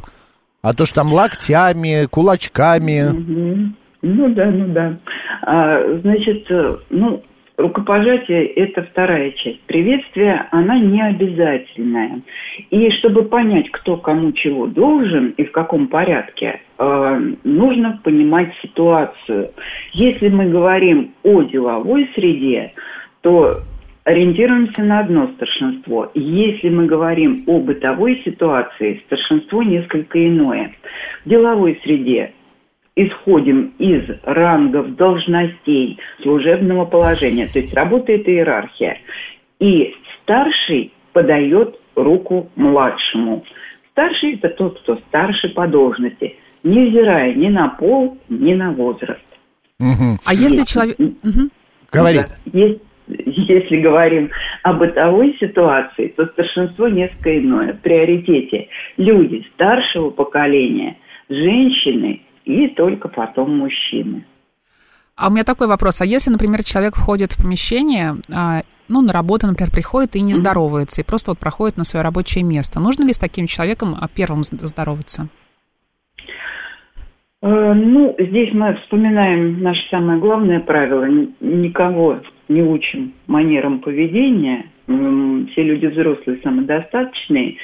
А то, что там локтями, кулачками... Мгм. Ну да, ну да. А, значит, э, ну, рукопожатие – это вторая часть. Приветствие, она не обязательная. И чтобы понять, кто кому чего должен и в каком порядке, э, нужно понимать ситуацию. Если мы говорим о деловой среде, то ориентируемся на одно старшинство. Если мы говорим о бытовой ситуации, старшинство несколько иное. В деловой среде исходим из рангов, должностей, служебного положения. То есть работает иерархия. И старший подает руку младшему. Старший – это тот, кто старше по должности, невзирая ни на пол, ни на возраст. Мгм. А если Нет. человек... Мгм. Говори. Да. Ес- Если говорим о бытовой ситуации, то старшинство несколько иное. В приоритете люди старшего поколения, женщины и только потом мужчины. А у меня такой вопрос. А если, например, человек входит в помещение, а, ну, на работу, например, приходит и не здоровается, и просто вот проходит на свое рабочее место, нужно ли с таким человеком а, первым зд- здороваться? Э, Ну, здесь мы вспоминаем наше самое главное правило. Н- Никого не учим манерам поведения. М, Все люди взрослые, самодостаточные.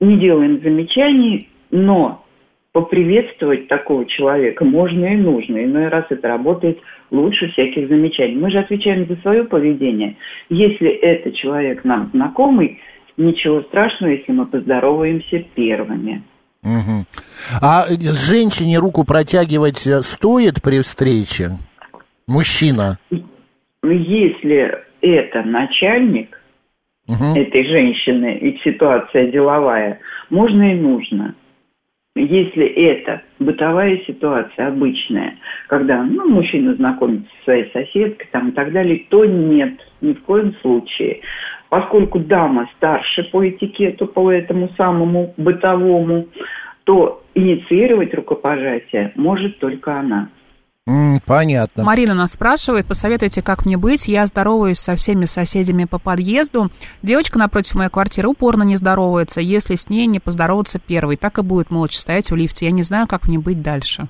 Не делаем замечаний, но поприветствовать такого человека можно и нужно. Иной раз это работает лучше всяких замечаний. Мы же отвечаем за свое поведение. Если это человек нам знакомый, ничего страшного, если мы поздороваемся первыми. Мгм. А э, женщине руку протягивать э, стоит при встрече? Мужчина. Ну, Если это начальник Мгм. этой женщины и ситуация деловая, можно и нужно. Если это бытовая ситуация обычная, когда ну, мужчина знакомится со своей соседкой там, и так далее, то нет, ни в коем случае. Поскольку дама старше по этикету, по этому самому бытовому, то инициировать рукопожатие может только она. М, Понятно. Марина нас спрашивает, посоветуйте, как мне быть. Я здороваюсь со всеми соседями по подъезду. Девочка напротив моей квартиры упорно не здоровается. Если с ней не поздороваться первой, так и будет молча стоять в лифте. Я не знаю, как мне быть дальше.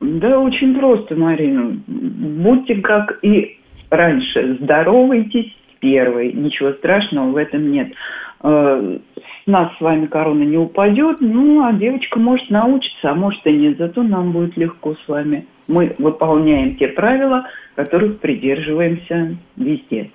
Да, очень просто, Марина. Будьте как и раньше. Здоровайтесь первой. Ничего страшного в этом нет. Э, С нас с вами корона не упадет, ну, а девочка может научиться, а может и нет. Зато нам будет легко с вами. Мы выполняем те правила, которых придерживаемся везде.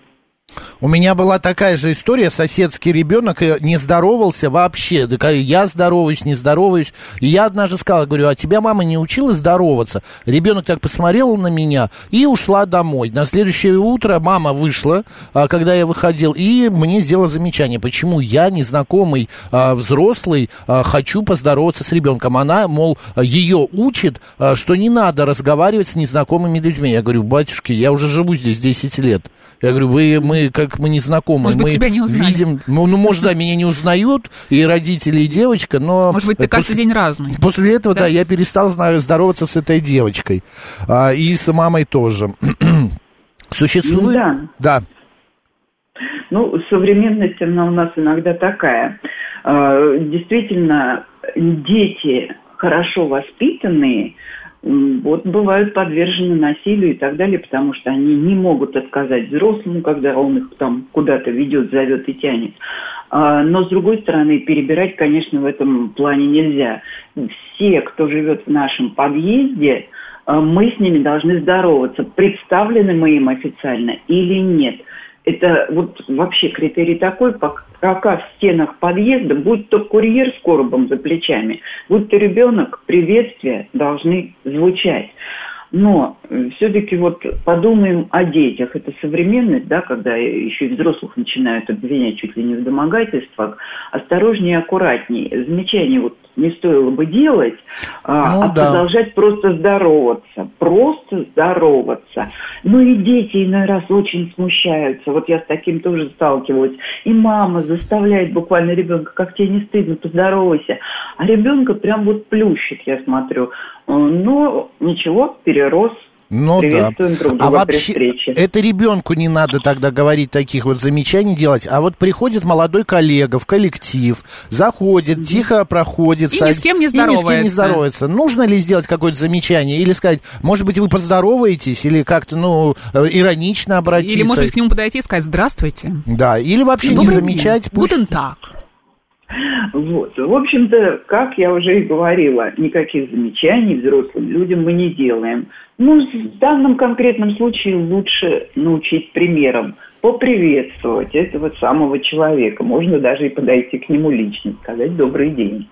У меня была такая же история, соседский ребенок э, не здоровался вообще. Так, а я здороваюсь, не здороваюсь. И я однажды сказала, говорю, а тебя мама не учила здороваться? Ребенок так посмотрел на меня и ушла домой. На следующее утро мама вышла, а, когда я выходил, и мне сделала замечание, почему я, незнакомый а, взрослый, а, хочу поздороваться с ребенком. Она, мол, ее учит, а, что не надо разговаривать с незнакомыми людьми. Я говорю, батюшки, я уже живу здесь 10 лет. Я говорю, вы, мы, как мы не знакомы, Может быть, мы тебя не узнали. видим, ну, ну, может, да, меня не узнают, и родители, и девочка, но... Может быть, ты каждый после- день разный. После этого, да, Да. я перестал зна- здороваться с этой девочкой. А, и с мамой тоже. Существует... Да. Да. Ну, современность она у нас иногда такая. Э, Действительно, дети хорошо воспитанные, м, вот бывают подвержены насилию и так далее, потому что они не могут отказать взрослому, когда он их там куда-то ведет, зовет и тянет. А, Но, с другой стороны, перебирать, конечно, в этом плане нельзя. Все, кто живет в нашем подъезде, э, мы с ними должны здороваться, представлены мы им официально или нет. Это вот вообще критерий такой, пок- пока в стенах подъезда, будь то курьер с коробом за плечами, будь то ребенок, приветствия должны звучать. Но все-таки вот подумаем о детях. Это современность, да, когда еще и взрослых начинают обвинять чуть ли не в домогательствах. Осторожнее и аккуратнее. Замечание вот не стоило бы делать, а, Ну а да. продолжать просто здороваться. Просто здороваться. Ну и дети иной раз очень смущаются. Вот я с таким тоже сталкивалась. И мама заставляет буквально ребенка, как тебе не стыдно, поздоровайся. А ребенка прям вот плющит, я смотрю. Э, Но ничего, перерос. Ну да. Приветствуем друг друга а при вообще, встрече. это ребенку не надо тогда говорить таких вот замечаний делать. А вот приходит молодой коллега в коллектив, заходит, тихо проходит. И сад- ни с кем не и ни с кем не здоровается. здоровается. Нужно ли сделать какое-то замечание? Или сказать, может быть, вы поздороваетесь? Или как-то, ну, э, иронично обратиться? Или, может быть, к нему подойти и сказать «Здравствуйте». Да, или вообще не Добрый замечать. день. пусть- Гутен так. Вот. В общем-то, как я уже и говорила, никаких замечаний взрослым людям мы не делаем. Ну, в данном конкретном случае лучше научить примером. Поприветствовать этого самого человека. Можно даже и подойти к нему лично, сказать «добрый день».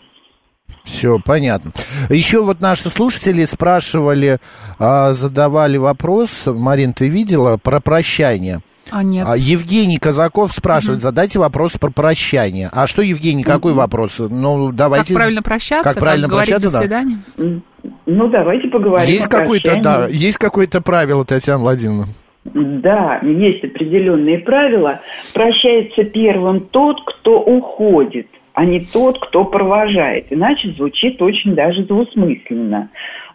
Все, понятно. Еще вот наши слушатели спрашивали, а, задавали вопрос, Марин, ты видела, про прощание. А нет. А, Евгений Казаков спрашивает, задайте вопрос про прощание. А что, Евгений, какой вопрос? Ну, Как давайте... правильно прощаться, как правильно говорить прощаться, «до да. свидания». Ну, давайте поговорим Есть о какое-то, прощании. да, есть какое-то правило, Татьяна Владимировна? Да, есть определенные правила. Прощается первым тот, кто уходит, а не тот, кто провожает. Иначе звучит очень даже двусмысленно.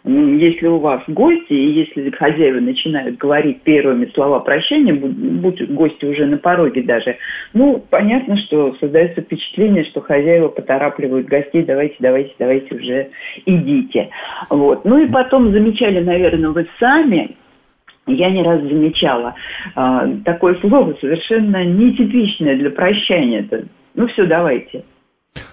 М, Если у вас гости, и если хозяева начинают говорить первыми слова прощания, будь- будь гости уже на пороге даже, ну, понятно, что создается впечатление, что хозяева поторапливают гостей, давайте, давайте, давайте уже идите. Вот. Ну и потом замечали, наверное, вы сами, я не раз замечала а, такое слово совершенно нетипичное для прощания. Это, ну все, давайте.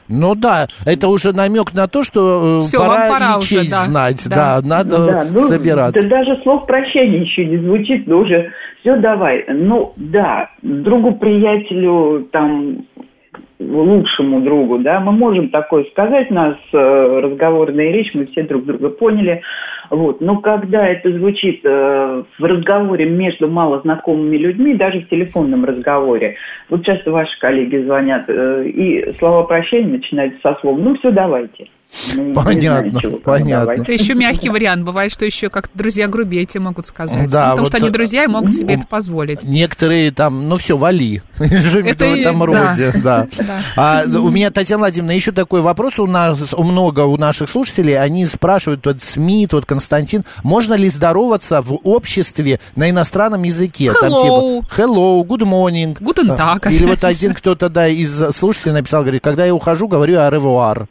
Ну да, это уже намек на то, что э, Всё, вам пора, пора и уже, честь да, знать, да, да. надо Да, ну, собираться. Да даже слов прощания еще не звучит, но уже все давай. Ну да, другу приятелю там лучшему другу, да, мы можем такое сказать, у нас э, разговорная речь, мы все друг друга поняли, вот, но когда это звучит э, в разговоре между малознакомыми людьми, даже в телефонном разговоре, вот часто ваши коллеги звонят, э, и слова прощения начинаются со слов «ну все, давайте». Ну, не знаю, Понятно, чего там понятно. давайте. Это еще мягкий вариант. Бывает, что еще как-то друзья грубее тебе могут сказать. Ну, Да, потому вот, что они друзья и могут себе м, это позволить. Некоторые там, ну все, вали. Что-то в и- этом да. роде, да. Да. А, у меня, Татьяна Владимировна, еще такой вопрос у нас, у много у наших слушателей. Они спрашивают, вот СМИ, вот Константин, можно ли здороваться в обществе на иностранном языке? Hello. типа hello, good morning. Guten Tag, Или вот конечно. один кто-то, да, из слушателей написал, говорит, когда я ухожу, говорю о ревуар.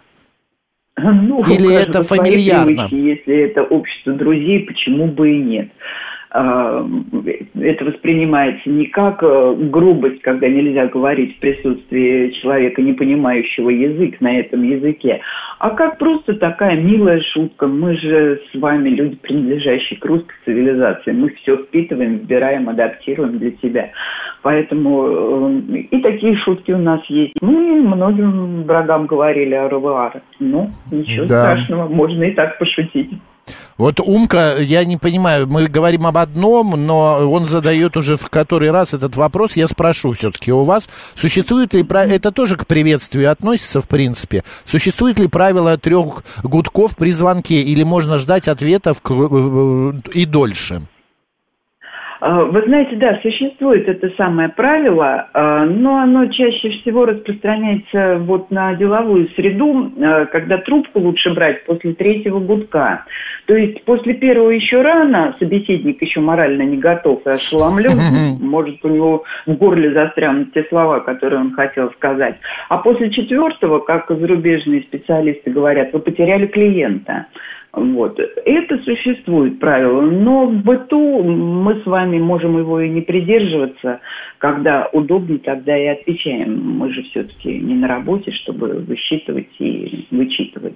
Ну, у Или каждого это свои фамильярно? привычки. Если это общество друзей, почему бы и нет? А, Это воспринимается не как э, грубость, когда нельзя говорить в присутствии человека, не понимающего язык на этом языке, а как просто такая милая шутка. Мы же с вами люди, принадлежащие к русской цивилизации. Мы все впитываем, вбираем, адаптируем для себя. Поэтому э, и такие шутки у нас есть. Мы многим врагам говорили о Равуаре. Ну, ничего Да. страшного, Ну, можно и так пошутить. Вот Умка, я не понимаю, мы говорим об одном, но он задает уже в который раз этот вопрос. Я спрошу все-таки у вас, существует ли, пра- это тоже к приветствию относится, в принципе, существует ли правило трех гудков при звонке или можно ждать ответов к- э, и дольше? Э, Вы знаете, да, существует это самое правило, э, но оно чаще всего распространяется вот на деловую среду, э, когда трубку лучше брать после третьего гудка. То есть после первого еще рано, собеседник еще морально не готов и ошеломлен, может у него в горле застрянут те слова, которые он хотел сказать. А после четвертого, как зарубежные специалисты говорят, вы потеряли клиента. Вот. Это существует правило, но в быту мы с вами можем его и не придерживаться, когда удобно, тогда и отвечаем. Мы же все-таки не на работе, чтобы высчитывать и вычитывать.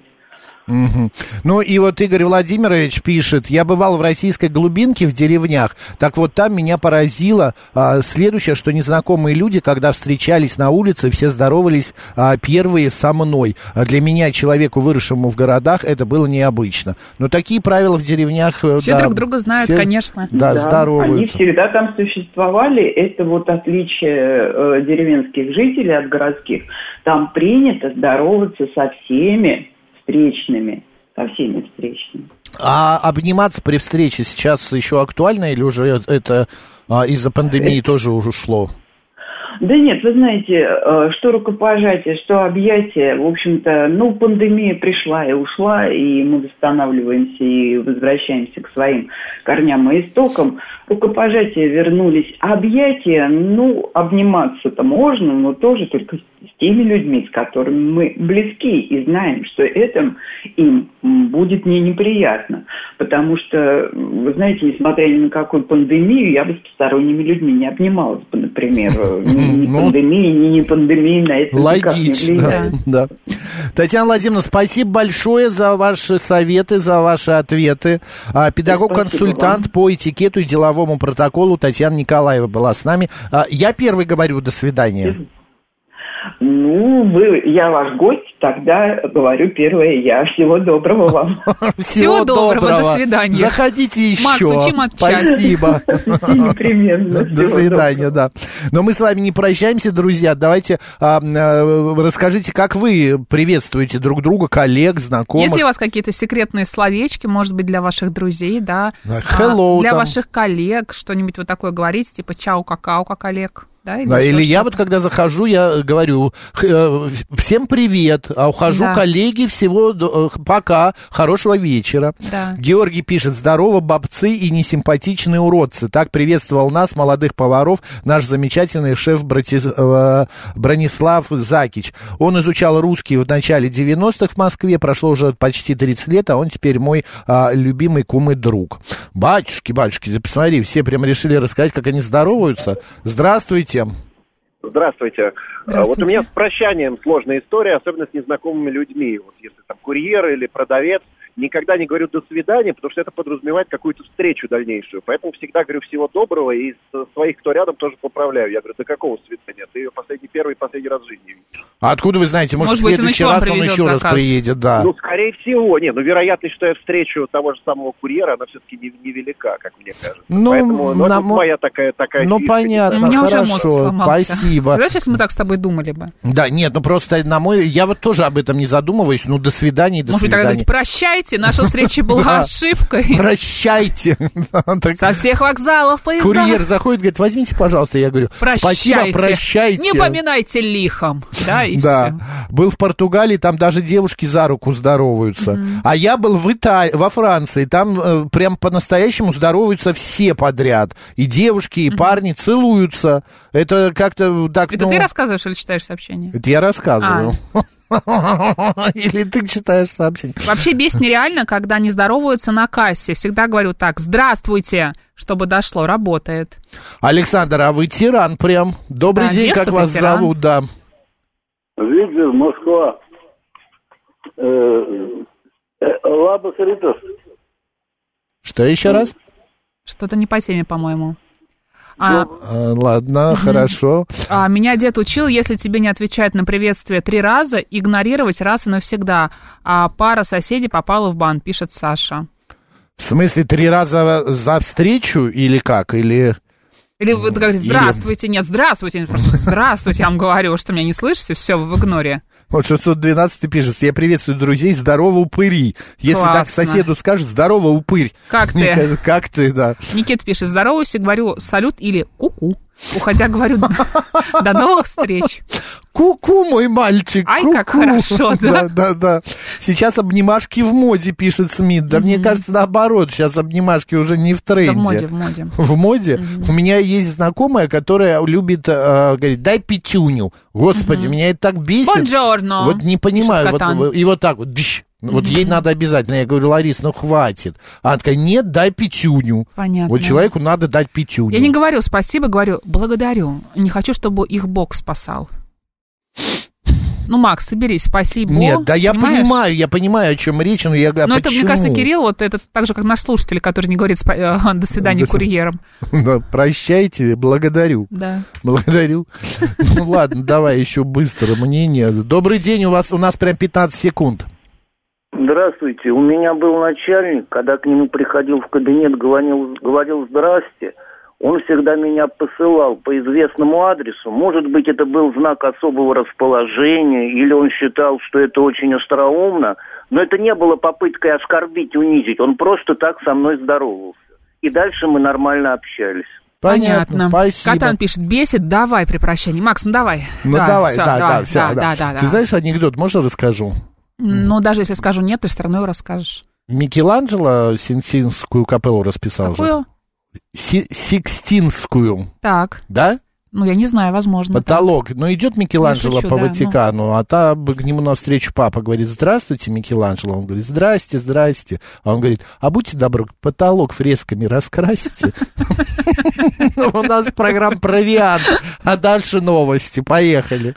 Мгм. Ну и вот Игорь Владимирович пишет, я бывал в российской глубинке в деревнях, так вот там меня поразило а, следующее, что незнакомые люди, когда встречались на улице, все здоровались а, первые со мной. А для меня, человеку, выросшему в городах, это было необычно. Но такие правила в деревнях... э, Все да, друг друга знают, все- конечно. Да, Они здороваются. всегда там существовали. Это вот отличие э, деревенских жителей от городских. Там принято здороваться со всеми встречными. Со всеми встречными. А обниматься при встрече сейчас еще актуально или уже это а, из-за Э, пандемии тоже уже ушло? Да нет, вы знаете, э, что рукопожатие, что объятие, в общем-то, ну, пандемия пришла и ушла, и мы восстанавливаемся и возвращаемся к своим корням и истокам. Рукопожатия вернулись. Объятия, ну, обниматься-то можно, но тоже только с с теми людьми, с которыми мы близки и знаем, что это им м, будет не неприятно. Потому что, м, вы знаете, несмотря ни на какую пандемию, я бы с посторонними людьми не обнималась бы, например. Ни, ни Ну, пандемии, ни не пандемии на это никак не влияет. Логично, да. Татьяна Владимировна, спасибо большое за ваши советы, за ваши ответы. А, Педагог-консультант по этикету и деловому протоколу Татьяна Николаева была с нами. А, Я первый говорю до свидания. Ну, вы, я ваш гость, тогда говорю первое я. Всего доброго вам. Всего доброго, до свидания. Заходите еще. Макс, учим общаться. Спасибо. Непременно. До Всего свидания, да. Но мы с вами не прощаемся, друзья. Давайте а, э, расскажите, как вы приветствуете друг друга, коллег, знакомых. Есть ли у вас какие-то секретные словечки, может быть, для ваших друзей, да? Да, hello А, Для там. ваших коллег, что-нибудь вот такое говорить, типа чау-какао, как Олег, да? Да, еще или я что-то? вот когда захожу, я говорю «Х- э, в- всем привет, а ухожу Да. коллеги, всего до- э, пока, хорошего вечера. Да. Георгий пишет, здорово, бабцы и несимпатичные уродцы. Так приветствовал нас, молодых поваров, наш замечательный шеф Братис- э, Бронислав Закич. Он изучал русский в начале 90-х в Москве, прошло уже почти 30 лет, а он теперь мой а, любимый кум и друг. Батюшки, батюшки, ты посмотри, все прям решили рассказать, как они здороваются. Здравствуйте. Здравствуйте. А, Вот Здравствуйте. у меня с прощанием сложная история, особенно с незнакомыми людьми. Вот если там курьер или продавец, никогда не говорю «до свидания», потому что это подразумевает какую-то встречу дальнейшую. Поэтому всегда говорю «всего доброго» и с- своих, кто рядом, тоже поправляю. Я говорю «до какого свидания?» Ты ее последний, первый и последний раз в жизни видишь». А откуда вы знаете, может, Может в быть, он следующий еще вам раз он привезет еще раз заказ. приедет, да. Ну, скорее всего, не, но вероятность, что я встречу того же самого курьера, она все-таки не- невелика, как мне кажется. Ну, Поэтому, ну, это на вот мо- моя такая, такая ну, фишка, не понятно. У меня уже Хорошо, мозг сломался. спасибо. Знаешь, если мы так с тобой думали бы? Да, нет, ну просто на мой... Я вот тоже об этом не задумываюсь. Ну, до свидания, до Может быть, тогда свидания. говорить, прощайте, наша встреча Да. была ошибкой. Прощайте. Так Со всех вокзалов Курьер поезда. заходит, говорит, возьмите, пожалуйста. Я говорю, спасибо, Прощайте. прощайте. Не поминайте лихом. Да, и Да, все. был в Португалии, там даже девушки за руку здороваются. А я был в Ита... во Франции, там э, прям по-настоящему здороваются все подряд. И девушки, и парни целуются. Это как-то так... Это ну, ты рассказываешь или читаешь сообщение? Это я рассказываю. А. Или ты читаешь сообщение. Вообще бесит нереально, когда они здороваются на кассе. Всегда говорю так, здравствуйте, чтобы дошло, работает. Александр, а вы тиран прям. Добрый Да, день, деспот как и вас тиран. зовут, да. Виктор, Москва. Э, э, Лаба Хритов. Что еще раз? Что-то не по теме, по-моему. А, Э, Ладно, хорошо. а, меня дед учил, если тебе не отвечают на приветствие три раза, игнорировать раз и навсегда. А пара соседей попала в бан, пишет Саша. В смысле, три раза за встречу или как? Или... Или вы говорите, здравствуйте, нет, здравствуйте, просто здравствуйте, я вам говорю, вы что меня не слышите, все, вы в игноре. Вот 612 пишет, я приветствую друзей, здорово, упыри. Если так Классно. соседу скажет, здорово, упырь. Как Мне ты? кажется, Как ты, да. Никита пишет, здоровайся, говорю салют или ку-ку. Уходя, говорю, до новых встреч. Ку-ку, мой мальчик. Ай, ку-ку. как хорошо, да. Да, да, да. Сейчас обнимашки в моде, пишет Смит. Да мне кажется, наоборот, сейчас обнимашки уже не в тренде. Да в моде, в моде. В моде? У меня есть знакомая, которая любит э, говорить, дай пятюню. Господи, меня это так бесит. Бонжорно. Вот не понимаю. пишет Вот, Катан. вот- и вот так вот. дыщ. Вот ей надо обязательно. Я говорю, Ларис, ну хватит. А Она такая, нет, дай пятюню. Понятно. Вот человеку надо дать пятюню. Я не говорю спасибо, говорю благодарю. Не хочу, чтобы их Бог спасал. Ну, Макс, соберись, спасибо. Нет, да я понимаешь? понимаю, а я понимаю, о чем речь, но я говорю, Но это, мне кажется, Кирилл, вот это так же, как наш слушатель, который не говорит спа- э, «до свидания До сви- курьером». Да, прощайте, благодарю. Да. Благодарю. Ну ладно, давай еще быстро мнение. Добрый день, у вас у нас прям 15 секунд. Здравствуйте. У меня был начальник, когда к нему приходил в кабинет, говорил, говорил «здрасте», он всегда меня посылал по известному адресу. Может быть, это был знак особого расположения, или он считал, что это очень остроумно, но это не было попыткой оскорбить, унизить. Он просто так со мной здоровался. И дальше мы нормально общались. Понятно. Спасибо. Катан пишет, бесит, давай при прощании. Макс, ну давай. Ну Да, давай, всё, да, давай, да, все, да, да, да. Ты знаешь анекдот, можно расскажу? Ну, даже если скажу нет, ты все равно его расскажешь. Микеланджело Синсинскую капеллу расписал же. Какую? Си- Сикстинскую, Так. да? Ну, я не знаю, возможно. Потолок. Но идет Микеланджело Ну, шучу, по да, ну. Ватикану, а та б- к нему навстречу папа говорит, здравствуйте, Микеланджело. Он говорит, здрасте, здрасте. А он говорит, а будьте добры, потолок фресками раскрасьте. Ну, У нас программа «Провиант», а дальше новости. Поехали.